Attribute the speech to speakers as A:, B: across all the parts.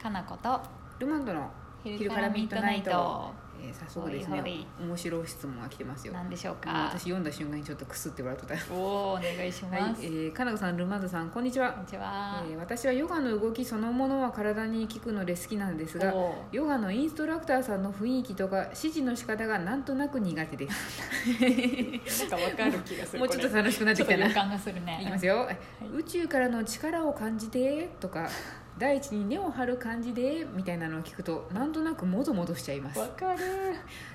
A: かなこと
B: ルマンドの昼からミッドナイト、えー早速ですね
A: ほいほい
B: 面白い質問が来てますよ
A: なんでしょう
B: もう
A: か
B: 私読んだ瞬間にちょっとクスって笑ってた
A: おおお願いし
B: は
A: ま
B: い
A: す、、
B: えー、かなこさんルマンドさんこんにち
A: こん
B: は、
A: にち
B: え
A: は、
B: ー私はヨガの動きそのものは体に効くので好きなんですが
A: おー
B: ヨガのインストラクターさんの雰囲気とか指示の仕方がなんとなく苦手 です
A: なんかわかる気がする
B: もうちょっと
A: こ
B: 楽しく
A: れ
B: なっ
A: ち
B: て
A: ょっ
B: き
A: と予
B: たな
A: 感がするね
B: いきますよ、宇宙からの力を感じてとか大地に根を張る感じでみたいなのを聞くとなんとなくもぞもぞしちゃいます
A: わかる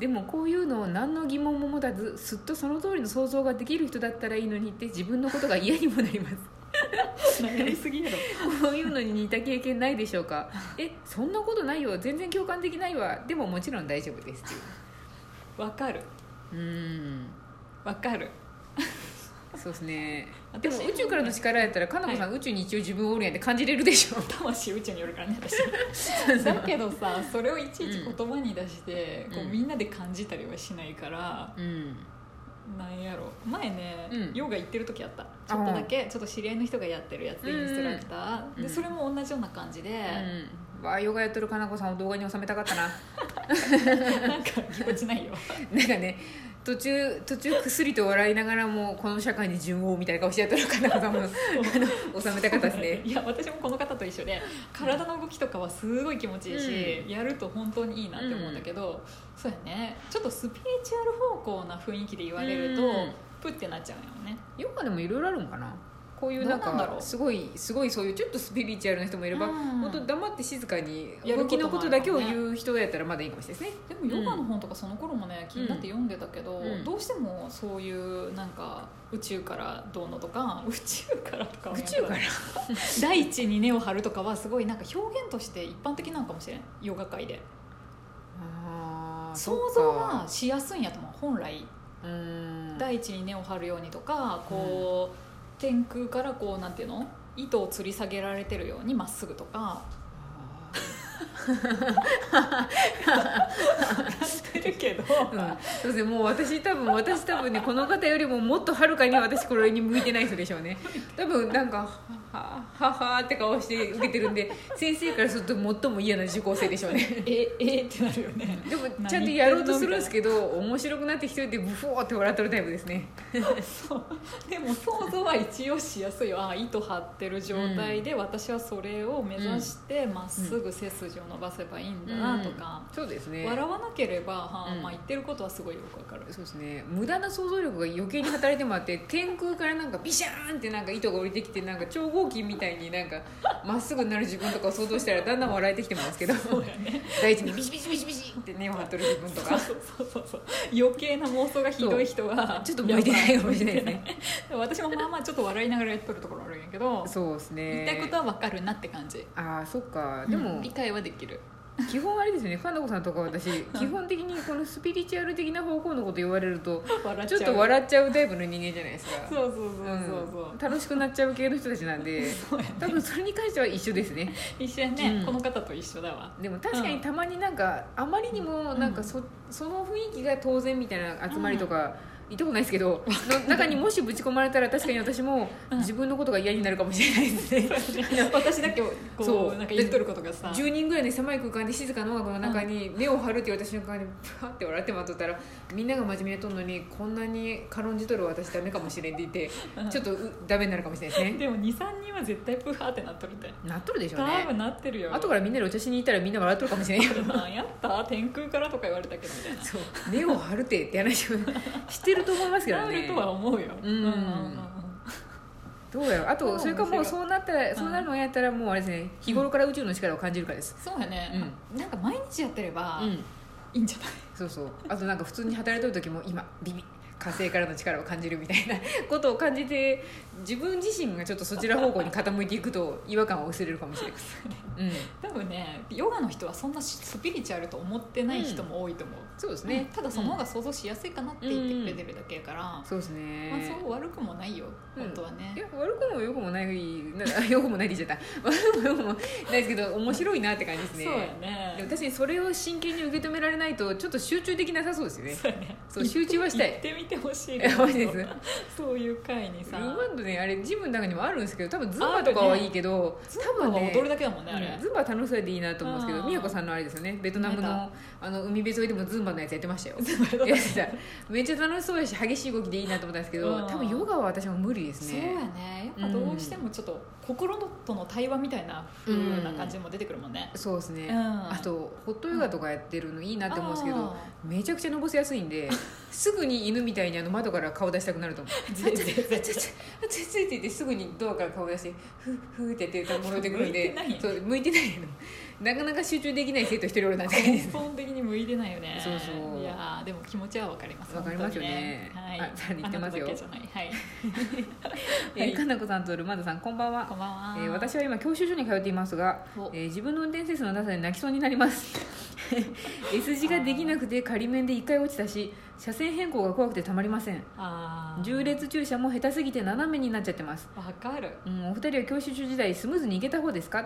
B: でもこういうのを何の疑問も持たずすっとその通りの想像ができる人だったらいいのにって自分のことが嫌にもなります
A: 悩みすぎやろ
B: こういうのに似た経験ないでしょう かえそんなことないよ全然共感できないわでももちろん大丈夫ですっていう
A: わかる
B: うーん
A: わかる
B: そうですね
A: 私
B: でも宇宙からの力やったらかなこさん、宇宙に一応自分おるやんって感じれるでしょ
A: 魂宇宙によるからね 私だけどさそれをいちいち言葉に出して、こう
B: うん
A: みんなで感じたりはしないから、
B: うん
A: なんやろ前ね、
B: うん
A: ヨガ行ってる時あったちょっとだけちょっと知り合いの人がやってるやつでインストラクター、
B: うん
A: でそれも同じような感じで、
B: うん、わあヨガやってるかなこさんを動画に収めたかったな
A: なんかぎこちないよ
B: なんかね途中途中薬と笑いながらもこの社会に順応みたいな顔してやってるかなこさんもあの収めたかったです ね
A: いや私もこの方と一緒で体の動きとかはすごい気持ちいいし、やると本当にいいなって思うんだけど、そうやねちょっとスピリチュアル方向な雰囲気で言われると、
B: うん
A: プッてなっちゃうよね
B: ヨガでもいろいろあるんかなこういうなん
A: どうなんだ
B: か
A: ろう
B: すごいすごいそういうちょっとスピリチュアルな人もいれば、
A: うん
B: 本当黙って静かに
A: やるこ
B: 動
A: と
B: きの
A: も
B: ことだけを言う人やったらまだいいかもしれないですね
A: でもヨガの本とかその頃もね、気になって読んでたけど、
B: うん
A: どうしてもそういうなんか宇宙からどうのとか 宇宙からとかは
B: 宇宙から
A: 大地に根を張るとかはすごいなんか表現として一般的なのかもしれんヨガ界で
B: あー
A: 想
B: そっか
A: 像がしやすいんやと思う本来
B: うーん
A: 大地に根を張るようにとかこう、天空からこうなんていうの糸を吊り下げられてるようにまっすぐと か
B: あ
A: してるけど、
B: ーうん、そうですねもう私多分私多分ねこの方よりももっとはるかに私これに向いてない人でしょうね多分なんかははははって顔して受けてるんで先生からすると最も嫌な受講生でしょうね
A: ええってなるよね
B: でも
A: 何
B: ちゃんとやろうとするんですけど面白くなって一人でブフォーって笑ってるタイプですね
A: そうでも想像は一応しやすいよあ糸張ってる状態で私はそれを目指してまっすぐ背筋を伸ばせばいいんだなとか、
B: そうですね
A: 笑わなければ、はあ
B: うん
A: まあ、言ってることはすごいよくわかる
B: そうですね無駄な想像力が余計に働いてもらって天空からなんかビシャーンってなんか糸が降りてきてなんか超合金みたいになんかまっすぐになる自分とかを想像したらだんだん笑えてきてますけど
A: そうやね
B: 大地にビシビシビシビシって根を張っとる自分と
A: そう
B: か
A: そうそうそう余計な妄想がひどい人は
B: ちょっと向いてないかもしれないですね
A: やばい 私もまあまあちょっと笑いながらやっとるところあるんやけど、
B: そうです
A: 言
B: ね
A: いたいことはわかるなって感じ
B: ああそっかでも、
A: うん理解はできる
B: 基本あれですよねかなこさんとか私基本的にこのスピリチュアル的な方向のこと言われると
A: 笑っ
B: ちょっと
A: っ
B: 笑っちゃうタイプの人間じゃないですか
A: そうそうそうそう
B: うん楽しくなっちゃう系の人たちなんで
A: そう、そうやね
B: 多分それに関しては一緒ですね
A: 一緒やね、
B: うん
A: この方と一緒だわ
B: でも確かにたまになんかあまりにもなんかそ,、その雰囲気が当然みたいな集まりとか、いとこないです けどの中にもしぶち込まれたら確かに私も
A: うん
B: 自分のことが嫌になるかもしれないですね
A: 私だけこう
B: そう
A: なんか言っとることがさ
B: 10人ぐらいの狭い空間で静かな音楽の中に目を張るって言われた瞬間にプワって笑ってまっとったらみんなが真面目にやっとんのにこんなに軽んじとる私ダメかもしれんって言ってちょっとうダメになるかもしれないですね
A: でも23人は絶対プハーってなっとるって
B: なっとるでしょう
A: 多
B: ね
A: 分なってるよ
B: 後からみんなでお茶しに行ったらみんな笑っとるかもしれ ないよ
A: なんやった天空からとか言われたけどみたいな
B: そう根を張るてって話をしてると思いますけど
A: なる
B: ね
A: とは思うよ
B: うんどうやろうあ
A: そう
B: とそれかも
A: 面白いう
B: そうなったらそうなるのやったらもうあれですね日頃から宇宙の力を感じるからです
A: そうやね、なんか毎日やってれば
B: うん
A: いいんじゃない、
B: そうそうあとなんか普通に働いてる時も今ビビ火星からの力を感じるみたいな ことを感じて自分自身がちょっとそちら方向に傾いていくと違和感を薄れるかもしれない、うん、
A: 多分ねヨガの人はそんなスピリチュアルと思ってない人も多いと思う、
B: そうです
A: ね
B: ね、
A: ただ その方
B: うん
A: が想像しやすいかなって言ってくれてるだけやから、
B: そうです
A: まあ、
B: ね、
A: そう悪くもないよ、
B: うん
A: 本当はね
B: いや悪くも良くもないな良くもないで言っちゃった悪くも良くもないですけど面白いなって感じですね
A: そうや
B: で
A: ね
B: も確かにそれを真剣に受け止められないとちょっと集中できなさそうですよね
A: そうやね
B: そう集中はした い
A: 行ってみてほしい
B: えマジです
A: そういう回に
B: ル
A: さ
B: ワンドねあれジムの中にもあるんですけど多分ズンバとかはいいけど、
A: 多
B: 多分
A: 分
B: ね
A: 踊るだけだもんねあれ、
B: うんズンバは楽しそうでいいなと思うんですけ
A: あ
B: ど
A: ー
B: 美和子さんのあれですよねベトナム
A: なん
B: のあの海辺沿いでもズンバのやつやってましたよ
A: ズンバやった
B: やってためっちゃ楽しそうやし激しい動きでいいなと思ったんですけど
A: うん
B: 多分ヨガは私も無理です
A: そうや
B: ね
A: ねやっぱどうしてもちょっと心との対話みたいな風な感じも出てくるもんね、
B: そうですね、
A: うん
B: あとホットヨガとかやってるのいいなって思うんですけど、
A: あ
B: めちゃくちゃのぼせやすいんですぐに犬みたいにあの窓から顔出したくなると思う
A: ー全 然全然
B: ちょちょあついついって言ってすぐにドアから顔出してふふってやってたら戻ってくるんで
A: 向いてないやん
B: そう向いてないのなかなか集中できない生徒一人おるなんて感じです
A: 根本的に向いてないよね
B: そうそう
A: やーでも気持ちはわかります
B: わかりますよね
A: 本当に
B: あさらに言ってますよ
A: あなただけじゃないはい
B: えーかなこさんとルマンドさんこんばん
A: こ
B: は
A: んばんは、
B: えー私は今教習所に通っていますが
A: お、
B: えー自分の運転センスのなさで泣きそうになります S 字ができなくて仮面で1回落ちたし車線変更が怖くてたまりません
A: あー
B: 重列駐車も下手すぎて斜めになっちゃってます、
A: わかる
B: うん、お二人は教習所時代スムーズに行けた方ですか、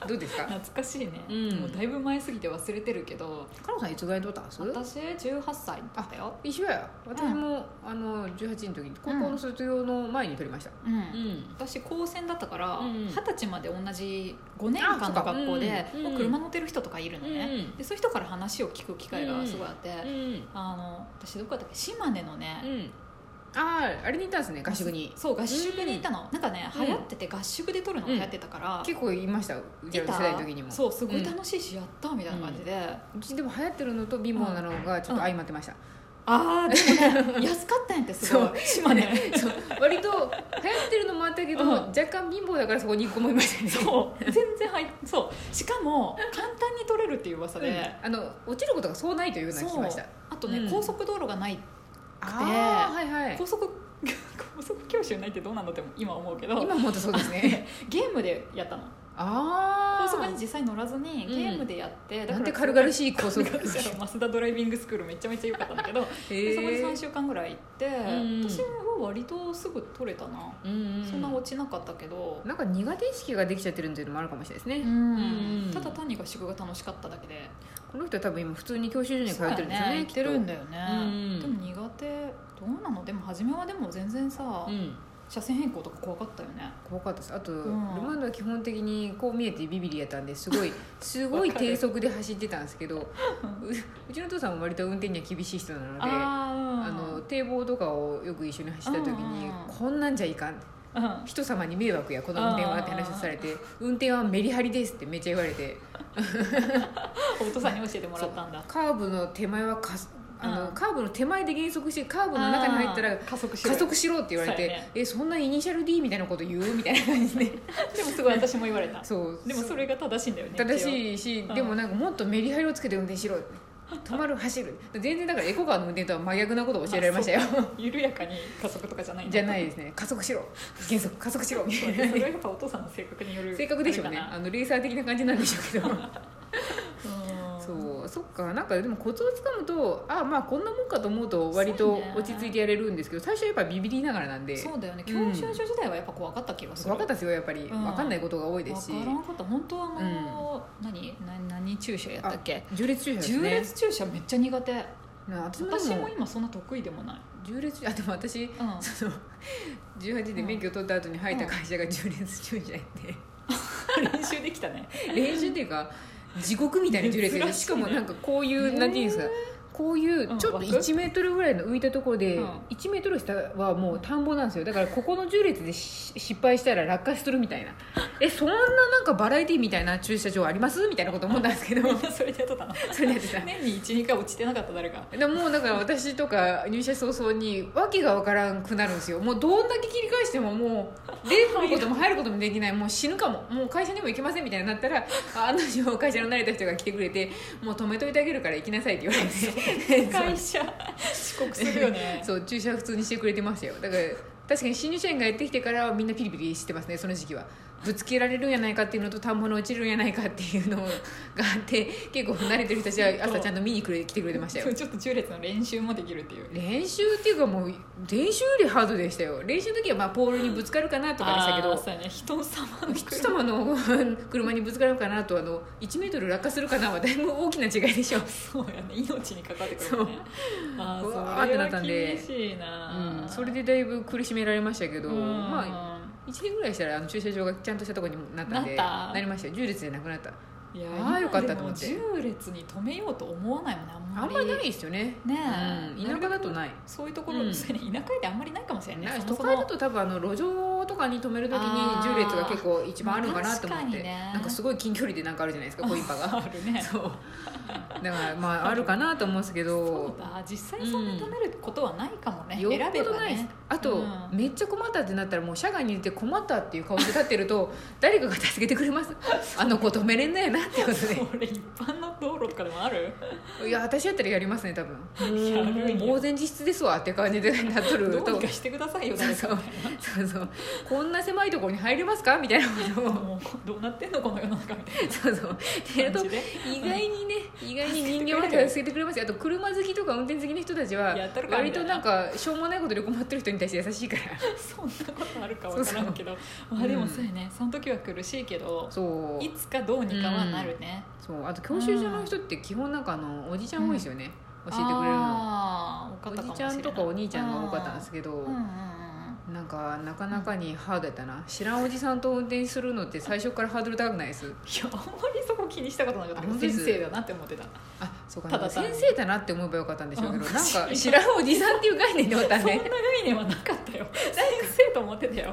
B: うん、どうですか
A: 懐かしいね、
B: うん
A: もうだいぶ前すぎて忘れてるけど
B: カノさんいつぐらいどうたんす
A: 私18歳だったよ
B: 一緒や私も、あの18の時に高校の卒業の前に取りました
A: うん、
B: うん
A: 私高専だったから
B: うんうん
A: 二十歳まで同じ5年間の学校で
B: あそうかうんうん
A: もう車乗ってる人とかいるの
B: うん
A: ね
B: うん
A: でそういう人から話を聞く機会がすごいあって
B: うん、
A: あの私どこだったっけ島根のね
B: あああれに行ったんですね合宿に
A: そう合宿に行ったのなんかね
B: うん
A: 流行ってて合宿で撮るの
B: う
A: 流
B: ん
A: 行ってたから
B: 結構いましたうちらの世代の時にも
A: そうすごい
B: ん
A: 楽しいしやったみたいな感じで
B: うちでも流行ってるのと貧乏なのがちょっと相まってました、
A: ああで もね安かったんやってすご
B: そ
A: い島根
B: そう割と流行ってるのもあったけど、
A: うん
B: 若干貧乏だからそこに行く子もいましたね
A: そう全然入っそうしかも簡単に撮れるっていう噂
B: うん
A: で
B: あの落ちることがそうないというのは聞きました
A: あとね、
B: うん
A: 高速道路がない
B: ああはいはい
A: 高速 高速教習ないってどうなのって今思うけど
B: 今もっとそうですね
A: ゲームでやったの
B: ああ
A: 高速に実際乗らずに
B: ん
A: ゲームでやって、だから
B: なんて軽々しい高速
A: 軽々しいマスダドライビングスクールめちゃめちゃ良かったんだけど、でそこに3週間ぐらい行って、
B: ん
A: 私は割とすぐ取れたな、
B: うん
A: そんな落ちなかったけど、
B: なんか苦手意識ができちゃってるっていうのもあるかもしれないですね、うん
A: ただ単に合宿が楽しかっただけで
B: この人は多分今普通に教習所に通
A: そう
B: っ
A: だ
B: てるんですよね
A: 行
B: き
A: っ
B: ってと
A: るんだよね、
B: うん
A: でも苦手どうなのでも初めはでも全然さ、
B: うん
A: 車線変更とか怖かったよね
B: 怖かったですあと、
A: ん
B: ルマンドは基本的にこう見えてビビリやったんですごいすごい低速で走ってたんですけどううちのお父さんは割と運転には厳しい人なのであ
A: あ
B: の堤防とかをよく一緒に走った時に
A: うん
B: こんなんじゃいかん
A: の、うん、
B: 人様に迷惑やこの運転はって話をされて運転はメリハリですってめっちゃ言われて
A: お父さんに教えてもらったんだ
B: カーブの手前はかすあの、
A: うん
B: カーブの手前で減速してカーブの中に入った
A: あ
B: ら
A: ー加速しろ
B: 加速しろって言われて、
A: そうやね
B: えそんなイニシャル D みたいなこと言うみたいな感じ で
A: でもすごい私も言われた
B: そう
A: でもそれが正しいんだよね
B: 正
A: い
B: しいし、
A: うん
B: でもなんかもっとメリハリをつけて運転しろ止まる走る全然だからエコカーの運転とは真逆なことを教えられましたよ
A: 緩やかに加速とかじゃないんだ
B: じゃないですね加速しろ減速加速しろみ
A: そ
B: た
A: うねそれ
B: いな
A: はやっぱお父さんの性格による
B: 正確でしょうね
A: あ
B: あのレーサー的な感じなんでしょうけ ど
A: れかなうん
B: そうそっかなんかでもコツをつかむとあまあこんなもんかと思うと割と落ち着いてやれるんですけど最初やっぱビビりながらなんで
A: そうだよね
B: う
A: 教
B: ん
A: 習所時代はやっぱ怖かった気がする
B: 分かった
A: た
B: ですよやっぱり、
A: うん
B: 分かんないことが多いですし
A: 分からんかった本当はあの何何何駐車やったっけ
B: 縦列駐車です
A: 重
B: ね
A: 列駐車めっちゃ苦手
B: な私もでも
A: 私も今そんな得意でもない
B: 縦列駐車あでも私
A: うん
B: その18で免許取った後に入った会社が縦列駐車やって、
A: 練習できたね
B: 練習っていうか地獄みたいな縦列駐車
A: 珍しいね
B: しかもなんかこういう、
A: へー
B: なんていうんですかこういうちょっと
A: 枠
B: 1メートルぐらいの浮いたところで、
A: うん
B: 1メートル下はもう田んぼなんですよだからここの縦列でし失敗したら落下するみたいなえそんななんかバラエティみたいな駐車場ありますみたいなこと思ったんです けど
A: それでやっとったの
B: それでやってた
A: 年に12回落ちてなかった誰か
B: でももうだから私とか入社早々に訳が分からんくなるんですよもうどんだけ切り返してももう出ることも入ることもできないもう死ぬかももう会社にも行けませんみたいになったらあ案の定会社の慣れた人が来てくれてもう止めといてあげるから行きなさいって言われて
A: 会社遅刻するよ ね
B: そう注射普通にしてくれてましたよだから確かに新入社員がやってきてからはみんなピリピリしてますねその時期はぶつけられるんやないかっていうのと田んぼに落ちるんやないかっていうのがあって結構慣れてる人たちは朝ちゃんと見に来れ来てくれてましたよ
A: そうちょっと中列の練習もできるっていう
B: 練習っていうかもう練習よりハードでしたよ練習の時はまあポールにぶつかるかなとかでしたけ
A: あー
B: ど
A: そうやね人様の
B: 人様の 車にぶつかるかなとあの1メートル落下するかなはだいぶ大きな違いでしょ
A: そうやね命にかかってくるもんねあー
B: う
A: そ
B: わー
A: れは
B: ってなったんで
A: 厳しいな、
B: うん、それでだいぶ苦しめられましたけど、
A: うん
B: まあ、1年ぐらいしたらあの駐車場がちゃんとしたところになったんで
A: なった
B: りましたよ10列でなくなった
A: いや
B: あーよかったと思って
A: 今でも重列に止めようと思わないもんねあんま
B: あん
A: り
B: まりないですよね
A: ねえ
B: うん、田舎だとない
A: そういうところ、
B: うん
A: そうやね田舎であんまりないかもしれな
B: ないんか都会だと多分あの路上とかに止めるときに
A: あー
B: 10列が結構一番あるのかなと思
A: まあ
B: って、
A: 確かにね
B: なんかすごい近距離でなんかあるじゃないですかコインパが
A: あるね
B: そうだからまああるかなと思うんですけ
A: そう
B: ど
A: だ実際そんな食べることはないかもね、
B: よっ
A: 選べ
B: ぽど
A: ば
B: ないです、
A: ね
B: あと、
A: うん
B: めっちゃ困ったってなったらもう社外にいて困ったっていう顔で立ってる と誰かが助けてくれますあの子止めれんのやなってことで
A: それ一般の道路とかでもある
B: いや私やったらやりますね多分
A: やるんや
B: もう呆然自失ですわって感じでなっと
A: ど
B: る
A: う
B: と
A: にかしてくださいよ
B: そう
A: 誰
B: そ
A: か
B: うそうそうこんな狭いところに入れますかみたいなことを
A: もうどうなってんのこの世の中みたい
B: そうそうってや
A: な
B: る
A: 感
B: と
A: じで
B: 意外にね意外に人間は助けてくれますよあと車好きとか運転好きの人たちは
A: やったるかみ
B: 割
A: た
B: と
A: いな
B: なんかしょうもないことで困ってる人に対して優しいから
A: そんなことあるかわからんけどまあでもそうやねその時は苦しいけど
B: そう
A: いつかどうにかはなるね、
B: そうあと教習所の人って基本なんかあのおじちゃん多いですよね、教えてくれるの
A: あー多か
B: お
A: ったか
B: じ
A: もし
B: ち
A: れ
B: ゃ
A: ない
B: んとかお兄ちゃんが多かったんです
A: け
B: けど、
A: うんうんうん
B: なんかなかなかにハードやったな知らんおじさんと運転するのって最初からハードル高くないです
A: いやあんまりそこ気にしたことなかったけど
B: あ本当で
A: 先
B: す
A: 生だなって思ってた
B: あそうか
A: ただ単
B: 先
A: に
B: 生だなって思えばよかったんでしょうけど、
A: うん
B: なんか知らんおじさんっていう概念で終わった
A: そ
B: ん
A: んな
B: で
A: 概念はなか ったよ先生と思ってたよ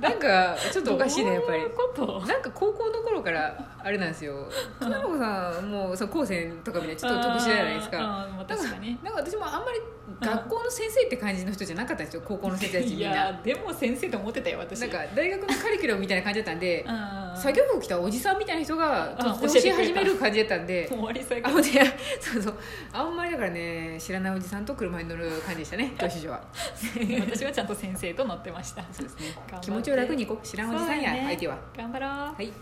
B: なんかちょっとおかしいねやっぱり
A: どういうこと
B: なんか高校の頃からあれなんですよかなこさんもうその高専とかみたいなちょっと特殊じゃないですか
A: あーあーまあ
B: だ
A: 確かに
B: なんか私もあんまり学校の先生って感じの人じゃなかったんですよ高校の先生たち
A: い
B: みんな
A: やでも先生と思ってたよ私
B: なんか大学のカリキュラムみたいな感じだったんで
A: うん
B: 作業服着たおじさんみたいな人が突然教え始める感じだったんで
A: 終わり最
B: あ
A: 高
B: ほんで そうそうあんまりだからね知らないおじさんと車に乗る感じでしたね教師所は
A: 私はちゃんと先生と乗ってました
B: そうですね
A: 頑張って
B: 気持ちを楽にいこう知らんおじさん
A: そ
B: や
A: うだね
B: 相手は
A: 頑張ろう
B: はい